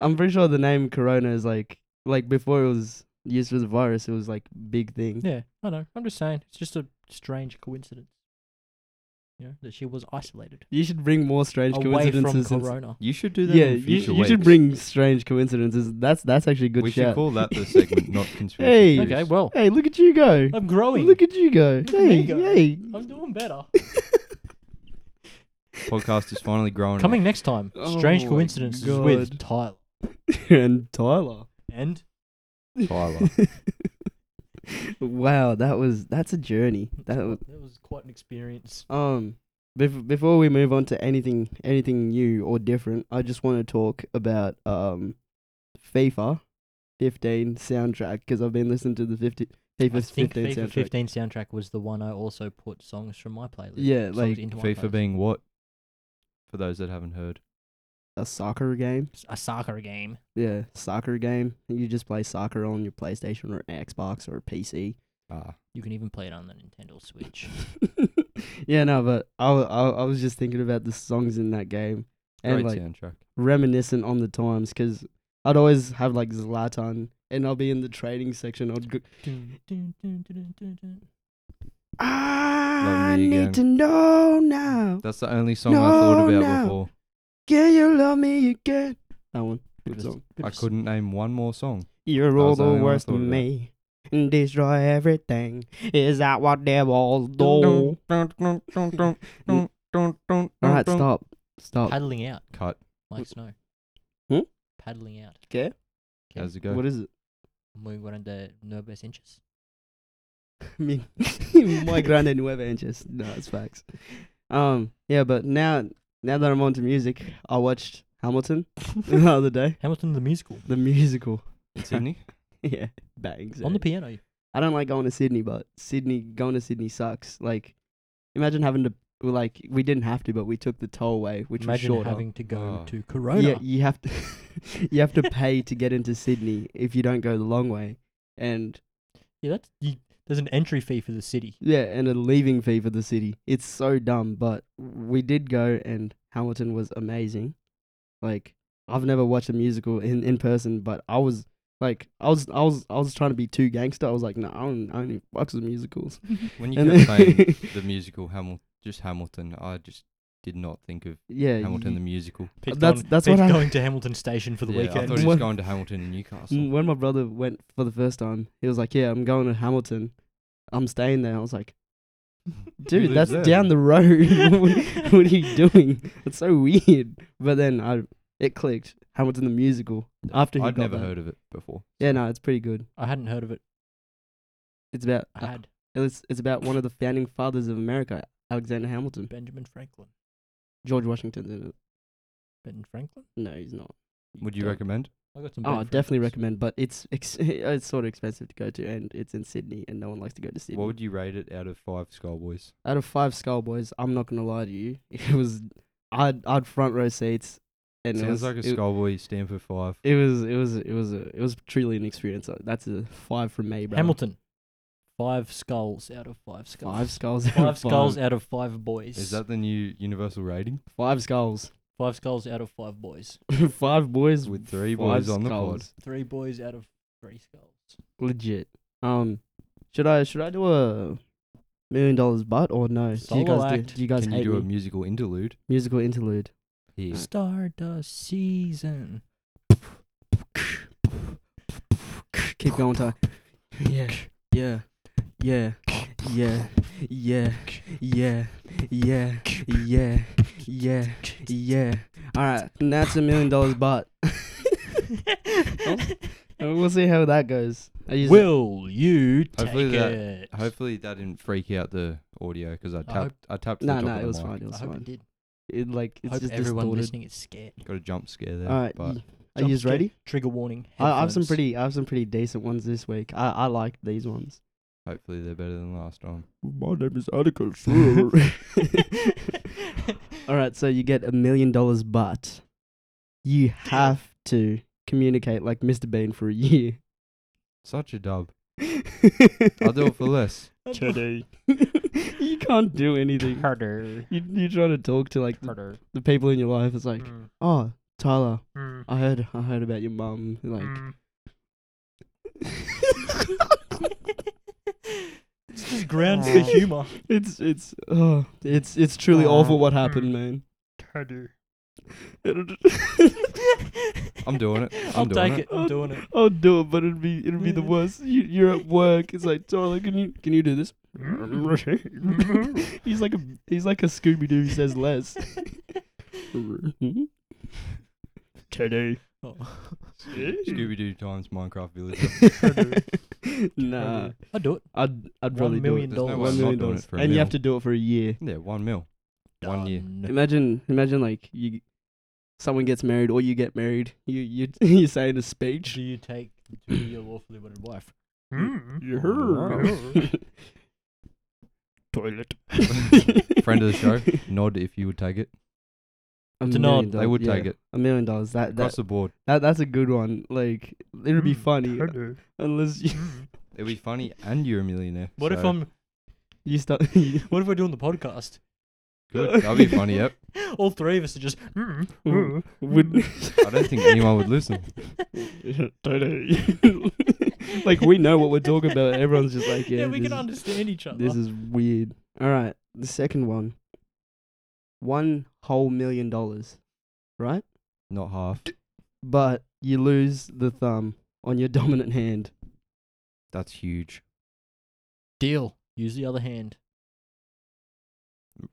S4: I'm pretty sure the name Corona is like, like before it was used for the virus, it was like big thing.
S3: Yeah. I know. I'm just saying. It's just a strange coincidence. You know that she was isolated
S4: You should bring more strange
S3: away from
S4: coincidences. and-
S3: Corona.
S2: You should do that
S4: yeah,
S2: in
S4: you,
S2: future
S4: sh- you should
S2: weeks.
S4: bring strange coincidences. That's that's actually a good
S2: We should
S4: shout.
S2: call that the segment, not conspiracy
S4: Hey.
S2: theories.
S3: Okay. Well,
S4: hey, look at you go!
S3: I'm growing.
S4: Look at Oh you go!
S3: Look at
S4: hey,
S3: me go.
S4: hey!
S3: I'm doing better.
S2: Podcast is finally growing.
S3: Coming next time. Strange
S4: Oh my
S3: coincidences with
S4: God.
S3: Tyler
S4: and Tyler.
S3: and
S2: Tyler.
S4: wow, that was that's a journey. That was,
S3: that was quite an experience.
S4: Um, bef- before we move on to anything anything new or different, I just want to talk about um FIFA 15 soundtrack because I've been listening to the
S3: I
S4: 50 FIFA
S3: think
S4: 15
S3: FIFA
S4: soundtrack.
S3: 15 soundtrack was the one I also put songs from my playlist.
S4: Yeah,
S3: songs
S4: like
S3: into my
S2: FIFA
S3: playlist.
S2: being what? For those that haven't heard.
S4: A soccer game.
S3: a soccer game.
S4: Yeah, soccer game. You just play soccer on your PlayStation or Xbox or PC.
S2: Ah.
S3: You can even play it on the Nintendo Switch.
S4: yeah, no, but I, wa- I I was just thinking about the songs in that game and
S2: Great
S4: like
S2: soundtrack.
S4: reminiscent on the times because I'd always have like Zlatan and I'll be in the trading section. I'd go,
S3: Dun, dun, dun, dun, dun, dun.
S4: I
S2: me
S4: need
S2: again.
S4: to know now.
S2: That's the only song I thought
S4: No,
S2: about
S4: no.
S2: before.
S4: Can you love me again? That one.
S3: Good as- good
S2: I
S3: as-
S2: couldn't name one more song.
S4: You're
S2: That
S4: all
S2: was the
S4: the
S2: only one I
S4: worst
S2: thought
S4: to
S2: about.
S4: me. and Destroy everything. Is that what they all do?
S2: All right,
S4: Alright, stop. Stop.
S3: Paddling out
S2: Cut.
S3: like snow.
S4: Hmm?
S3: Paddling out.
S4: Okay.
S2: How's it go?
S4: What is it?
S3: Muy grande nuevas inches.
S4: Mi- My grande nueva inches. No, it's facts. Um, yeah, but now now that I'm onto music, I watched Hamilton the other day.
S3: Hamilton the musical
S4: The musical.
S2: In Sydney?
S4: Yeah. Bangs.
S3: on
S4: eh?
S3: the piano.
S4: I don't like going to Sydney, but Sydney going to Sydney sucks. Like, imagine having to well, like we didn't have to, but we took the tollway, which
S3: Imagine
S4: was shorter.
S3: having to go
S2: Oh.
S3: to
S4: yeah,
S3: Corona.
S4: you, have to you have to pay to get into Sydney if you don't go the long way, and
S3: Yeah, that's you, there's an entry fee for the city.
S4: yeah, and a leaving fee for the city. It's so dumb, but we did go, and Hamilton was amazing. Like I've never watched a musical in, in person, but I was like I was I was I was trying to be too gangster. I was like, no, I don't, I only fucks with musicals.
S2: When you
S4: And
S2: kept
S4: then-
S2: playing the musical Hamil- just Hamilton, I just did not think of
S4: Yeah,
S2: Hamilton
S4: you-
S2: the musical.
S3: Pete's
S4: That's-
S3: going,
S4: that's
S3: Pete's
S4: what I-
S3: going to Hamilton Station for the
S2: yeah, I
S3: weekend.
S2: thought he
S4: What-
S2: was going to Hamilton in Newcastle.
S4: Mm, When my brother went for the first time, he was like, "Yeah, I'm going to Hamilton. I'm staying there." I was like,
S2: You
S4: "Dude,
S2: live
S4: that's
S2: there.
S4: down the road. what, what are you doing? It's so weird." But then I, it clicked. Hamilton the musical. After he
S2: I'd
S4: got
S2: never
S4: that.
S2: heard of it before.
S4: Yeah, no, it's pretty good.
S3: I hadn't heard of it.
S4: It's about
S3: I had
S4: it's it's about one of the founding fathers of America, Alexander Hamilton.
S3: Benjamin Franklin.
S4: George Washington's in it.
S3: Ben Franklin?
S4: No, he's not.
S2: Would you
S4: Don't-
S2: recommend?
S3: I got some.
S4: Oh,
S3: Ben
S4: definitely
S3: Franklins.
S4: recommend. But it's ex- it's sort of expensive to go to, and it's in Sydney, and no one likes to go to Sydney.
S2: What would you rate it out of five Skullboys?
S4: out of five Skullboys, I'm not gonna lie to you. It was I'd I'd front row seats, and it
S2: Sounds
S4: was
S2: like a
S4: it,
S2: Skullboy stand for five.
S4: it was it was it was a, it was truly an experience. Uh, That's a five from me, bro.
S3: Hamilton. five skulls out of five skulls.
S4: Five skulls. out
S3: Five
S4: of
S3: skulls out of five boys.
S2: Is that the new universal rating?
S4: Five skulls.
S3: five skulls out of five boys?
S4: five boys
S2: With three
S4: five
S2: boys on the pod.
S4: skulls.
S3: Three boys out of three skulls.
S4: Legit. Um, should I should I do a million dollars butt or no? do you
S3: Solo
S4: guys
S3: act.
S4: do? Do you guys
S2: Can
S4: hate
S2: you do a
S4: me?
S2: musical interlude?
S4: musical interlude? Mm.
S2: Here.
S3: Stardust season.
S4: Keep going, Ty. Yeah, yeah, yeah, yeah, yeah, yeah, yeah, yeah, yeah, yeah. All right, and that's a million dollars butt. And we'll see how that goes. I use
S3: Will you take
S2: Hopefully that-
S3: it?
S2: Hopefully that didn't freak out the audio because I
S3: I
S2: tapped.
S3: hope-
S2: I tapped.
S4: No,
S2: the top
S4: no,
S2: of
S4: it
S2: the
S4: was
S2: mic.
S4: fine. It
S3: I
S4: was
S3: hope
S4: fine.
S3: it did.
S4: It like it's
S3: hope
S4: just
S3: everyone
S4: distorted.
S3: listening is scared.
S2: Got a jump scare there.
S4: Alright,
S2: but
S4: y- are you
S3: Jump scare,
S4: ready?
S3: Trigger warning.
S4: I, I have some
S3: headphones.
S4: pretty, I have some pretty decent ones this week. I, I like these ones.
S2: hopefully they're better than last time.
S4: My name is Atticus. All right, so you get a million dollars, but you have to communicate like Mr. Bean for a year.
S2: Such a dub.
S4: I'll
S2: I'll do it for less.
S3: Today.
S4: you can't do anything.
S3: Harder.
S4: You, you're trying to talk to like the,
S3: Harder.
S4: the people in your life. It's like,
S2: Hmm.
S3: Mm,
S4: oh, Tyler,
S3: mm,
S4: I heard, I heard about your mum. Like,
S3: mm. It's just grounds for
S4: Aw.
S3: humour.
S4: It's it's oh, it's it's
S3: Uh,
S4: truly awful
S3: mm.
S4: what happened, man.
S3: Harder.
S2: I'm doing it. I'm
S3: I'll
S2: doing
S3: take
S2: it.
S3: it. I'm doing it.
S4: I'll do it, but it'd be it'd
S3: Mm.
S4: be the worst. You, you're at work. It's like Tyler, can you can you do this?
S3: Mm.
S4: he's like a he's like a Scooby Doo. He says less. Mm-hmm. Teddy.
S3: Oh.
S2: Scooby Doo times Minecraft Villager.
S4: nah,
S3: I'll do it.
S4: I'd I'd
S3: One
S4: probably
S3: million
S4: do it.
S2: There's no way I'm not
S3: dollars.
S4: One
S2: doing
S4: million dollars,
S2: it for a
S4: and you have
S2: mil.
S4: to do it for a year.
S2: Yeah, one mil. One year.
S3: Done.
S4: Imagine, imagine like you, someone gets married or you get married. You you you say in a speech.
S3: Do you take to your lawfully wedded wife?
S2: Hmm.
S4: Toilet.
S2: Friend of the show. Nod if you would take it.
S4: A
S3: It's a
S4: million
S3: nod.
S2: They
S4: dollars,
S2: would
S4: yeah.
S2: take it
S4: A million dollars. That
S2: across
S4: that,
S2: the board.
S4: that that's a good one. Like it would be
S2: Hmm,
S4: funny unless you
S2: It'd be funny, and you're a millionaire.
S3: What if
S2: so
S3: I'm?
S4: you start.
S3: What if we're doing the podcast?
S2: Good. That'd be funny. Yep.
S3: All three of us are just.
S4: would
S2: I don't think anyone would listen.
S4: like we know what we're talking about. Everyone's just like yeah.
S3: we
S4: this
S3: can
S4: is-
S3: understand each other.
S4: This is weird. All right, the second one. One whole million dollars, right?
S2: Not half.
S4: But you lose the thumb on your dominant hand.
S2: That's huge.
S3: deal. Use the other hand.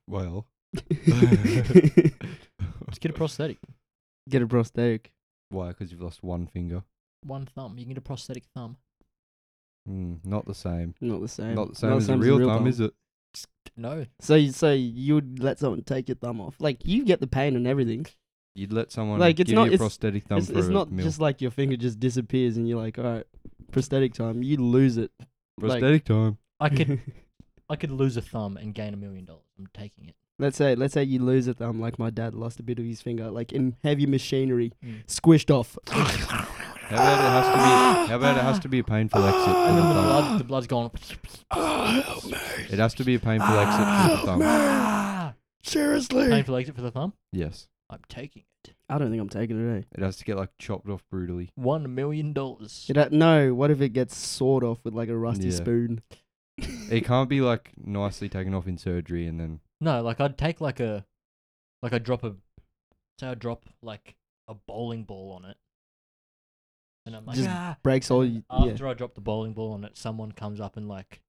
S2: Well,
S3: Just get a prosthetic.
S4: Get a prosthetic.
S2: why? Because you've lost one finger.
S3: One thumb. You can get a prosthetic thumb.
S2: Mm, not the same.
S4: Not the same.
S2: Not the same as a real, thumb, is it?
S3: No.
S4: So, you, so you would let someone take your thumb off? Like you get the pain and everything.
S2: You'd let someone
S4: Like,
S2: like
S4: it's
S2: give
S4: not-
S2: you a
S4: it's-
S2: prosthetic thumb
S4: It's,
S2: for
S4: it's
S2: a
S4: not
S2: meal.
S4: just like your finger just disappears and you're like, all right, prosthetic time. You lose it. like-
S2: prosthetic time.
S3: I could I could lose a thumb and gain a million dollars. I'm taking it.
S4: let's say, let's say you lose a thumb, like my dad lost a bit of his finger, like in heavy machinery,
S3: Mm.
S4: squished off.
S2: How about it has to be? How about it has to be a painful
S4: Ah,
S2: exit for
S3: And
S2: the
S3: then the
S2: thumb?
S3: blood the blood's gone. Oh,
S2: It has to be a painful
S4: Ah,
S2: exit for the thumb.
S3: Ah!
S4: Seriously,
S3: Painful exit for the thumb.
S2: Yes,
S3: I'm taking it.
S4: I don't think I'm taking it. Eh?
S2: it has to get like chopped off brutally.
S3: One million dollars.
S4: It, uh, no, what if it gets sawed off with like a rusty
S2: Yeah.
S4: spoon?
S2: It can't be like nicely taken off in surgery and then
S3: No, like I'd take like a like I drop a say I drop like a bowling ball on it. And I'm like
S4: Just
S3: ah
S4: breaks all.
S3: and
S4: y- Yeah.
S3: after I drop the bowling ball on it, someone comes up and like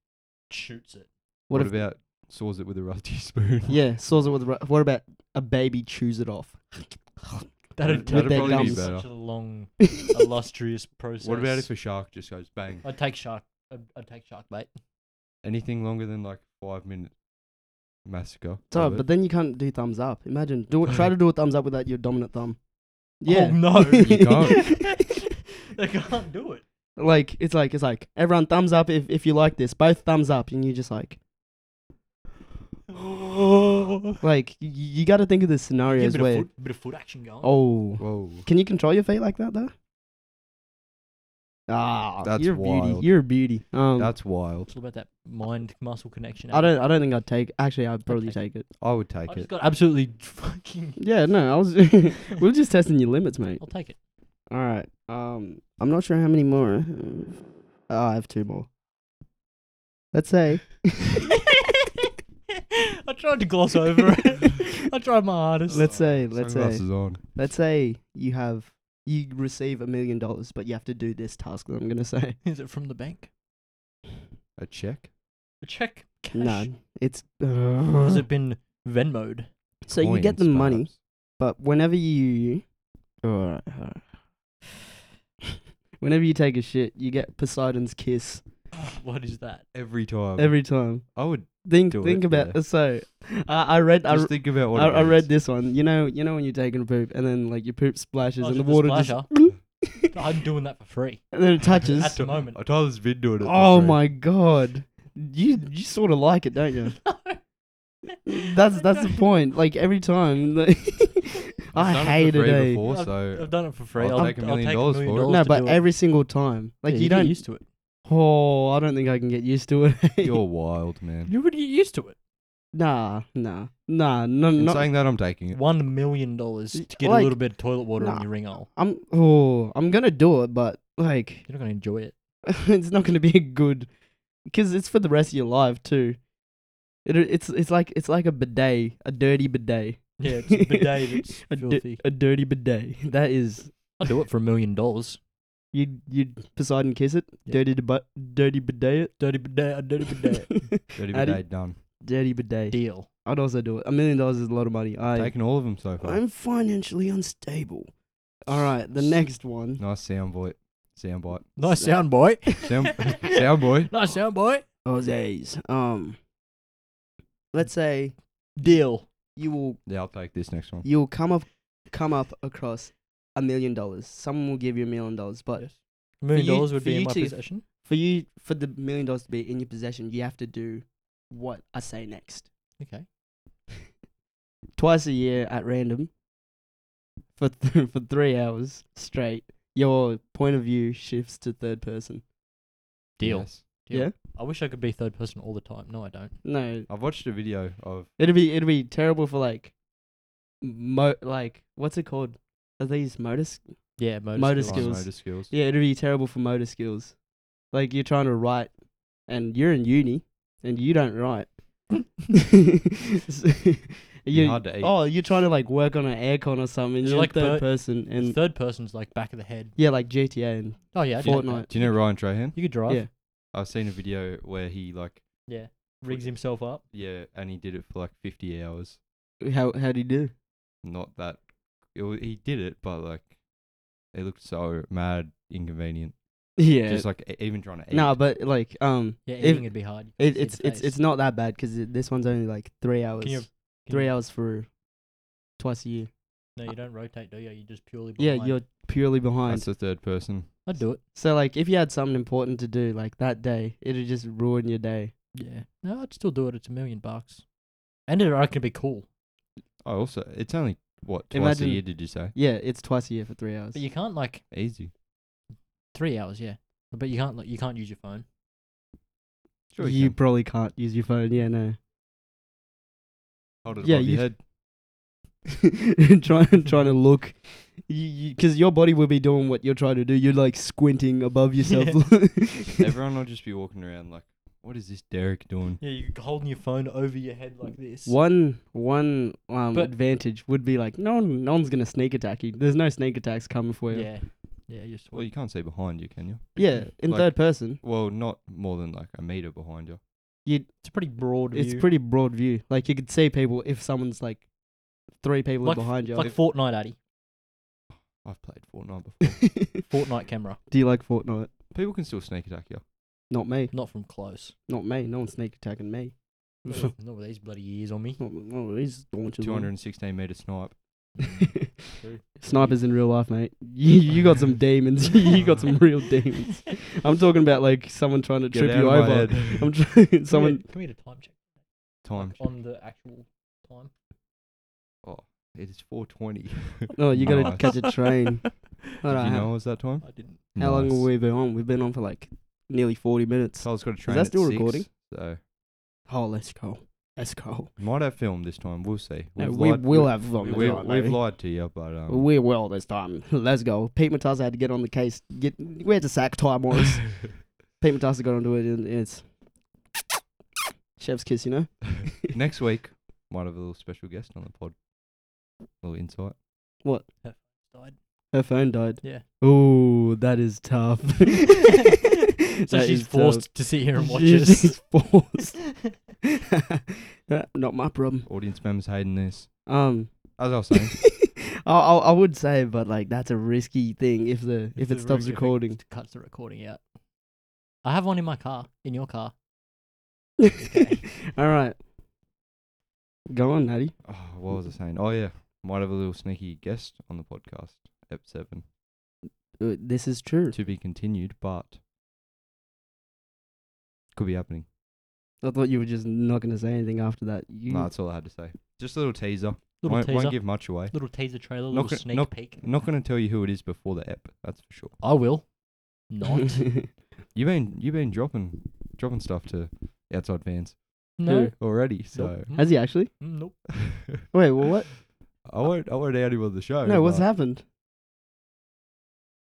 S3: shoots it.
S4: What,
S2: What,
S4: if?
S2: about saws it with a rusty spoon?
S4: Yeah, saws it with. a ru- What about a baby chews it off?
S3: That'd,
S4: That'd
S3: that'd
S4: probably be
S3: be such
S2: better.
S3: a long, illustrious process.
S2: What about if a shark just goes bang?
S3: I'd take shark. I'd, I'd take shark bait.
S2: Anything longer than like five minute massacre.
S4: So,
S2: of it.
S4: but then you can't do thumbs up. Imagine do it, try to do a thumbs up without your dominant thumb.
S3: Oh
S4: Yeah,
S3: no,
S2: You can't.
S3: they can't do it.
S4: like it's like it's like everyone thumbs up if if you like this. Both thumbs up, and you just like like you, you got to think of the
S3: Get a
S4: scenarios
S3: bit,
S4: where
S3: of foot, bit of foot action going.
S4: oh
S2: Whoa.
S4: Can you control your fate like that though? Ah,
S2: That's
S4: you're a
S2: wild.
S4: beauty. You're a beauty. Um,
S2: That's wild.
S3: It's all about that mind muscle connection.
S4: I don't. I don't think I'd take. Actually, I'd probably
S3: take
S4: take it.
S2: I would
S3: I
S2: take
S3: just
S2: it.
S3: got absolutely fucking.
S4: Yeah. No. I was. we are just testing your limits, mate.
S3: I'll take it.
S4: All right. Um, I'm not sure how many more. I have. Oh, I have two more. Let's say.
S3: I tried to gloss over it. I tried my hardest.
S4: Let's say. Let's say.
S2: Sunglasses on.
S4: Let's say you have. You receive a million dollars, but you have to do this task that I'm gonna say.
S3: Is it from the bank?
S2: A check.
S3: A check? Cash?
S4: No, it's.
S3: Has it been Venmoed?
S4: so you get the
S2: Coins,
S4: money.
S2: perhaps.
S4: But whenever you, alright, alright. whenever you take a shit, you get Poseidon's kiss
S3: What is that?
S2: Every time.
S4: every time.
S2: I would
S4: Think,
S2: Oh. do
S4: think
S2: it,
S4: about
S2: yeah.
S4: so. I, I read, I,
S2: just think about what
S4: I,
S2: it
S4: I read
S2: means.
S4: this one. You know, you know when you're taking a poop and then like your poop splashes
S3: Oh,
S4: and the
S3: just
S4: water
S3: splasher.
S4: just,
S3: I'm doing that for free.
S4: and then it touches.
S3: At the moment.
S2: I told this vid doing it. for
S4: oh
S2: free.
S4: my god, you you sort of like it, don't you? That's that's the point. Like every time, like, I
S2: I've done
S4: hate
S2: for
S4: it.
S2: free
S4: eh?
S2: Before,
S3: I've-
S2: so
S3: I've done it for free.
S2: I'll take a million dollars for it.
S4: No,
S3: to
S4: but
S3: do it.
S4: every single time, like
S3: Yeah,
S4: you
S3: get
S4: don't
S3: used to it.
S4: Oh, I don't think I can get used to it.
S2: you're wild, man.
S3: You would get used to it.
S4: nah, nah, nah, no,
S2: In
S4: not.
S2: saying that, I'm taking it.
S3: One million dollars
S4: Y-
S3: to get a
S4: like-
S3: little bit of toilet water in
S4: Nah.
S3: your ringhole.
S4: I'm. Oh, I'm gonna do it, but like,
S3: You're not gonna enjoy it.
S4: it's not gonna be a good, because it's for the rest of your life too. It, it's it's like it's like a bidet, a dirty bidet,
S3: Yeah, it's a bidet that's
S4: a, di-
S3: filthy.
S4: a dirty bidet. That is
S3: I'll do it for a million dollars.
S4: you you Poseidon kiss it,
S3: Yeah.
S4: dirty to but dirty bidet
S3: Dirty bidet, a dirty bidet.
S4: it,
S2: Dirty
S4: Addy-
S2: bidet done.
S4: dirty bidet.
S3: Deal.
S4: I'd also do it. A million dollars is a lot of money. I
S2: Taking all of them so far.
S4: I'm financially unstable. All right, the next one.
S2: Nice sound bite. Sound bite.
S3: Nice sound, boy.
S4: Um,
S2: Sound, sound boy.
S3: Nice sound, boy.
S4: Jose's. Um, let's say
S3: Deal.
S4: you will
S2: Yeah, I'll take this next one.
S4: you'll come up come up across a million dollars. Someone will give you a million dollars, but
S3: Yes. A million
S4: you-
S3: dollars would
S4: for
S3: be in
S4: you
S3: my
S4: to-
S3: possession.
S4: for you for the million dollars to be in your possession, you have to do what I say next
S3: Okay.
S4: twice a year at random for th- for three hours straight. Your point of view shifts to third person.
S3: Deal.
S2: Yes.
S3: Deal.
S4: Yeah?
S3: I wish I could be third person all the time. No, I don't.
S4: No,
S2: I've watched a video of
S4: it'd be it'd be terrible for like, mo like what's it called? Are these motors?
S3: Yeah, motor,
S4: Motor
S3: skills.
S4: skills.
S2: motor skills.
S4: Yeah, it'd be terrible for motor skills. Like you're trying to write, and you're in uni, and you don't write. So,
S2: Be
S4: you-
S2: hard to eat.
S4: oh, you're trying to like work on an aircon or something.
S3: Is it
S4: You're
S3: like
S4: like third
S3: bir-
S4: person, and
S3: Third person's like back of the head.
S4: yeah, like GTA and
S3: Oh yeah, I did that.
S4: Fortnite.
S2: Do you know Ryan Trahan?
S3: You could drive.
S4: Yeah.
S2: I've seen a video where he like
S3: Yeah. Rigs himself up.
S2: yeah, and he did it for like 50 hours.
S4: How how do you do?
S2: Not that it wa he did it, but like it looked so mad inconvenient.
S4: Yeah.
S2: Just like e- even trying to eat.
S4: no, but like um,
S3: Yeah,
S4: If-
S3: eating it'd be hard. You can't
S4: it,
S3: see
S4: it's
S3: the
S4: it's
S3: face.
S4: it's not that bad because this one's only like three hours.
S3: you-
S4: three hours for twice a year.
S3: No, you don't rotate, do you? You just purely.
S4: Yeah,
S3: behind.
S4: you're purely behind.
S2: That's the third person.
S3: I'd do it.
S4: So like, if you had something important to do like that day, it'd just ruin your day.
S3: Yeah. No, I'd still do it. It's a million bucks. And it, I can be cool.
S2: I also it's only what twice
S4: Imagine-
S2: a year did you say?
S4: Yeah, it's twice a year for three hours.
S3: But you can't like
S2: Easy.
S3: three hours. Yeah. But you can't like you can't use your phone.
S2: Sure you,
S4: You
S2: can.
S4: probably can't use your phone. Yeah, no.
S2: hold it
S4: yeah,
S2: above
S4: you-
S2: your head.
S4: trying trying to look, you because your body will be doing what you're trying to do. You're like squinting above yourself.
S2: Everyone will just be walking around like, what is this Derek doing?
S3: Yeah, you're holding your phone over your head like this.
S4: one one um,
S3: But-
S4: advantage would be like no one, no one's gonna sneak attack you. There's no sneak attacks coming for you. Yeah,
S3: Yeah. Yeah. You're
S2: Well, you can't see behind you, can you?
S4: in
S2: Like-
S4: third person,
S2: Well, not more than like a meter behind you.
S3: It's a pretty broad
S4: it's
S3: view.
S4: pretty broad view. Like you could see people if someone's like three people
S3: Like-
S4: behind you.
S3: like Fortnite, Addy.
S2: I've played Fortnite before.
S3: Fortnite camera,
S4: Do you like Fortnite?
S2: People can still sneak attack you.
S4: Not me.
S3: not from close.
S4: Not me. No one's sneak attacking me.
S3: not with these bloody ears on me.
S4: Not, not with these launches. on.
S2: 216 meter snipe.
S4: Snipers in real life, mate. You, you got some demons. you got some real demons. I'm talking about like someone trying to
S2: Get
S4: trip
S2: out
S4: you
S2: of my
S4: over.
S2: head.
S4: I'm trying.
S3: Can we,
S4: someone.
S3: get, can we get a time check
S2: Time.
S3: on the actual time?
S2: Oh, It is 4:20.
S4: Oh, you gotta
S2: Nice.
S4: catch a train. Uh, All
S2: Did
S4: right.
S2: you
S4: How,
S2: know it was that time?
S3: I didn't.
S4: how long
S2: Nice.
S4: have we been on? We've been on for like nearly forty minutes.
S2: Kyle's got a train.
S4: that
S2: at
S4: still
S2: six,
S4: recording?
S2: So
S4: Oh, let's go. Let's go.
S2: might have film this time. We'll see.
S4: No,
S2: We've
S4: we
S2: lied-
S4: will
S2: we-
S4: have fun.
S2: We,
S4: this time,
S2: we've
S4: baby.
S2: lied to you, but um,
S4: We will this time. Let's go. Pete Matassa had to get on the case. Get we had to sack Ty Morris. Pete Matassa got onto it, and it's chef's kiss. You know,
S2: next week might have a little special guest on the pod. little insight.
S3: Died.
S4: her phone died.
S3: Yeah.
S4: Oh, that is tough.
S3: So
S4: That
S3: she's
S4: is uh,
S3: forced to sit here and watch
S4: She's-
S3: us.
S4: she's forced. Yeah, Uh, Not my problem.
S2: Audience members hating this.
S4: Um,
S2: As I was saying,
S4: I, I I would say, but like that's a risky thing if the if,
S3: the
S4: it stops
S3: rec- if
S4: recording.
S3: cuts the recording out. I have one in my car, in your car.
S4: All right, go on, Natty.
S2: oh, what was I saying? Oh yeah, might have a little sneaky guest on the podcast. Ep seven
S4: Uh, This is true.
S2: to be continued, but could be happening.
S4: I thought you were just not going to say anything after that. You,
S2: No, that's all I had to say. Just a little teaser.
S3: Little
S2: won't,
S3: teaser,
S2: won't give much away.
S3: little teaser trailer,
S2: Not
S3: little
S2: gonna-
S3: sneak
S2: not-
S3: peek.
S2: Not going to tell you who it is before the ep. That's for sure.
S3: I will. Not.
S2: You've been you've been dropping dropping stuff to outside fans
S3: no.
S2: already, so
S3: Nope.
S4: Has he actually?
S3: Mm, Nope.
S4: Wait, well, what?
S2: I won't I won't out him on the show.
S4: no, what's
S2: but
S4: happened?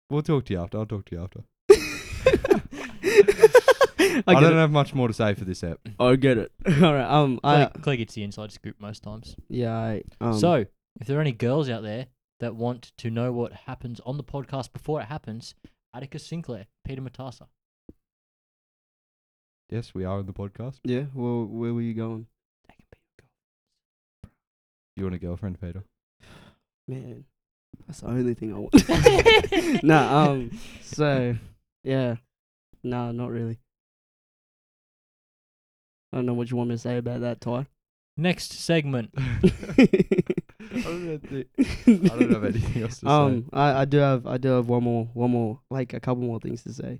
S2: We'll talk to you after. I'll talk to you after.
S4: I,
S2: I,
S4: get
S2: don't
S4: it.
S2: have much more to say for this ep.
S4: I get it. All right. Um. I.
S3: Clegg, Clegg gets the inside scoop most times.
S4: Yeah. I, um,
S3: so, if there are any girls out there that want to know what happens on the podcast before it happens, Atticus Sinclair, Peter Matassa.
S2: Yes, we are in the podcast.
S4: Yeah. Well, where were you going,
S2: You want a girlfriend, Peter?
S4: man? That's the only thing I want. no. Um. So. Yeah. No, not really. I don't know what you want me to say about that, Ty.
S3: Next segment.
S2: I don't have the- I don't have anything else to say.
S4: Um, I, I do have I do have one more one more like a couple more things to say.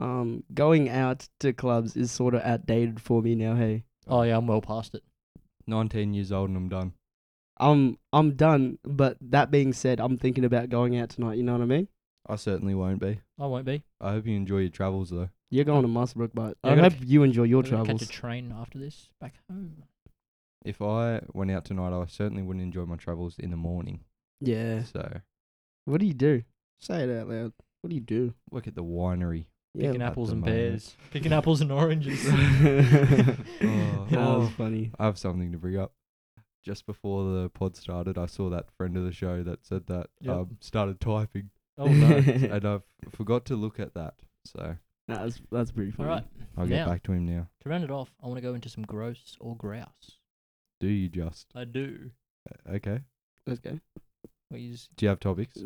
S4: Um, going out to clubs is sort of outdated for me now. Hey,
S3: Oh, yeah, I'm well past it.
S2: 19 years old and I'm done.
S4: I'm I'm done. But that being said, I'm thinking about going out tonight. You know what I mean?
S2: I certainly won't be.
S3: I won't be.
S2: I hope you enjoy your travels though.
S4: You're going to Masterbrook, but
S3: Yeah, I
S4: I
S3: gotta
S4: hope you enjoy your
S3: I'm gonna
S4: travels.
S3: catch a train after this back home.
S2: If I went out tonight, I certainly wouldn't enjoy my travels in the morning.
S4: yeah.
S2: So
S4: What do you do? Say it out loud. What do you do?
S2: work at the winery.
S4: Yeah.
S3: Picking
S2: At
S3: apples
S2: the
S3: and
S2: moment.
S3: pears. Picking apples and oranges.
S2: Oh,
S4: that was
S2: oh.
S4: funny.
S2: I have something to bring up. Just before the pod started, I saw that friend of the show that said that
S3: Yep.
S2: um, started typing,
S3: Oh, no.
S2: and I've forgot to look at that. So
S4: Nah, that's that's pretty
S3: All
S4: funny.
S3: right.
S2: I'll get
S3: Now.
S2: back to him now.
S3: To round it off, I want to go into some gross or grouse.
S2: Do you just uh,
S3: I do.
S2: okay?
S4: Let's go.
S3: Well, you just
S2: Do you have topics?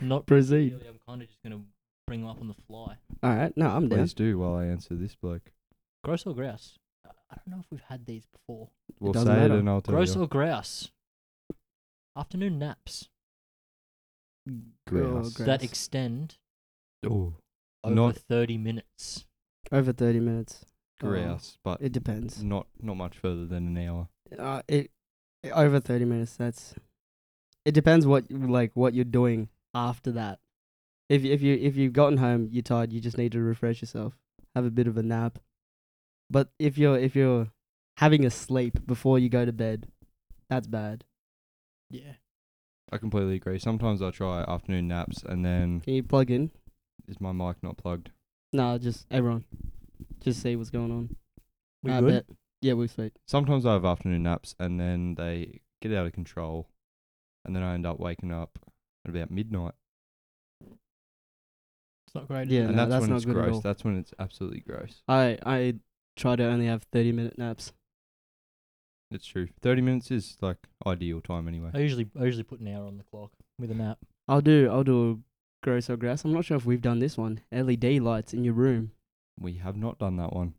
S3: not
S4: Proceed.
S3: really. I'm kind of just going to bring them up on the fly.
S4: All right. No, I'm down.
S2: Please do while I answer this bloke.
S3: Gross or grouse? I I don't know if we've had these before.
S2: Well, say
S4: doesn't matter.
S2: it and I'll tell
S3: Gross
S2: you.
S3: or grouse? Afternoon naps
S2: Grouse.
S3: that extend
S2: oh,
S3: over
S2: Not-
S3: 30 minutes.
S4: Over 30 minutes. Oh,
S2: grouse, but
S4: it depends.
S2: not not much further than an hour.
S4: Uh, it over 30 minutes. That's. It depends what like what you're doing after that. If you- if you if you've gotten home, you're tired. You just need to refresh yourself, have a bit of a nap. But if you're if you're having a sleep before you go to bed, that's bad.
S3: Yeah.
S2: I completely agree. Sometimes I try afternoon naps, and then
S4: Can you plug in?
S2: is my mic not plugged?
S4: Nah, just everyone, just see what's going on.
S3: We
S4: I
S3: good?
S4: bet. Yeah, we're sweet.
S2: sometimes I have afternoon naps and then they get out of control and then I end up waking up at about midnight.
S3: It's not great. is
S4: Yeah,
S3: it?
S2: and
S4: no,
S2: that's,
S4: that's
S2: when
S4: not
S2: it's
S4: good at all.
S2: gross. That's when it's absolutely gross.
S4: I I try to only have 30 minute naps.
S2: It's true. 30 minutes is like ideal time anyway.
S3: I usually I usually put an hour on the clock with a nap.
S4: I'll do I'll do a gross or grass. I'm not sure if we've done this one. LED lights in your room.
S2: We have not done that one.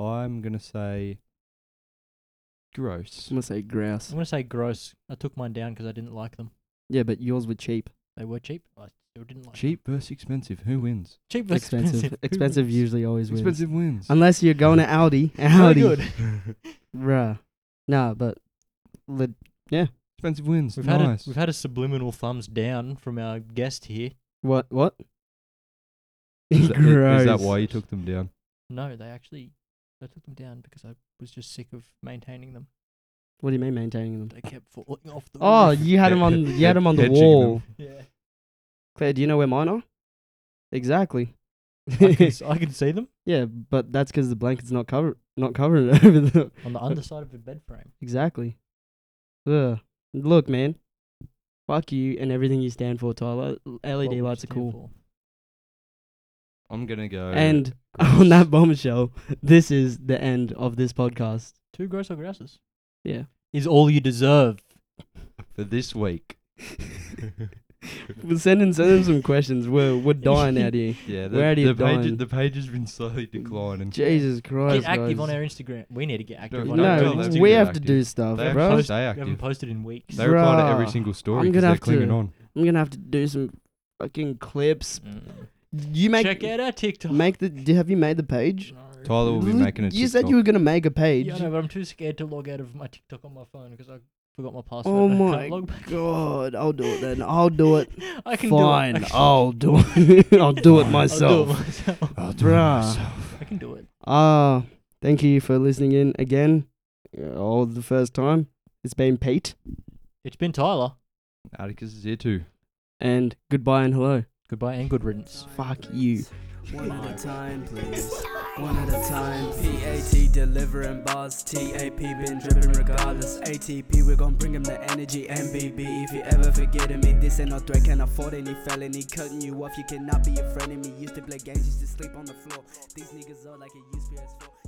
S2: I'm going to say gross.
S4: I'm gonna say grouse.
S3: I'm going to say gross. I took mine down because I didn't like them.
S4: Yeah, but yours were cheap.
S3: They were cheap. I still didn't like them.
S2: Cheap versus expensive. Who wins?
S3: Cheap versus expensive.
S4: Expensive.
S3: Who
S4: Expensive
S3: wins?
S4: usually always wins.
S2: Expensive wins.
S4: Unless you're going to Aldi.
S3: Very
S4: Aldi.
S3: good.
S4: Bruh. Nah, but le- yeah,
S2: Expensive wins.
S3: We've had a,
S2: nice.
S3: we've had a subliminal thumbs down from our guest here.
S4: What? What?
S2: is, that, is that
S4: Gross.
S2: why you took them down?
S3: No, they actually I took them down because I was just sick of maintaining them.
S4: What do you mean maintaining them?
S3: They kept falling off the
S4: Oh,
S3: roof.
S4: you had him on. You had him on the
S2: Hedging them.
S4: wall.
S3: yeah.
S4: Claire, do you know where mine are? Exactly.
S3: I can, s- I can see them
S4: yeah, but that's because the blanket's not cover not covering it over the
S3: on the underside of the bed frame.
S4: exactly. Ugh. Look, man. Fuck you and everything you stand for, Tyler.
S3: What
S4: LED
S3: would
S4: E lights are
S3: you stand
S4: cool.
S3: for?
S2: I'm gonna go.
S4: And on that bombshell, this is the end of this podcast.
S3: Two gross or grasses
S4: Yeah.
S3: is all you deserve.
S2: for this week.
S4: We'll send in send in some questions. We're we're dying out here.
S2: Yeah, the,
S4: We're already
S2: the
S4: dying.
S2: page the page has been slowly declining.
S4: Jesus Christ.
S3: Get active
S4: guys.
S3: on our Instagram. We need to get active
S2: No,
S3: on our
S2: tell
S4: No,
S2: them
S3: Instagram.
S2: to
S4: we
S2: get
S4: have to
S2: active.
S4: do stuff,
S2: They have
S4: bro.
S2: to
S3: Post-
S2: stay
S3: We haven't
S2: active.
S3: posted in weeks.
S2: They reply to every
S4: Bruh.
S2: single
S4: I'm
S2: story
S4: gonna
S2: because they're
S4: have
S2: clinging
S4: to-
S2: on.
S4: I'm gonna have to do some fucking clips.
S3: Mm.
S4: You make
S3: Check out our TikTok.
S4: make the d- have you made the page?
S3: No.
S2: Tyler will be
S4: Lu-
S2: making a
S4: You
S2: TikTok.
S4: said you were gonna make a page.
S3: Yeah, I know, but I'm too scared to log out of my TikTok on my phone because I forgot my password.
S4: oh
S3: and I can't
S4: my
S3: log back.
S4: god, I'll do it then. I'll do it.
S3: I can
S4: Fine,
S3: do it. I can-
S4: I'll do it. I'll do it
S2: Fine.
S4: myself.
S3: I'll do it myself.
S2: I'll do it
S4: Bruh.
S3: I can do it.
S4: Ah, thank you for listening in again. Uh, All the first time. It's been Pete
S3: It's been Tyler.
S2: Atticus is here too.
S4: and goodbye and hello.
S3: Goodbye and good riddance.
S4: Fuck you.
S1: One at a time, please. One at a time. PAT delivering bars. TAP been dripping regardless. ATP, we're gonna bring him the energy. MBB, if you ever forgetting me, this ain't no threat. Can't afford any felony. Cutting you off, you cannot be a friend of me. Used to play games, used to sleep on the floor. These niggas are like a used PS4.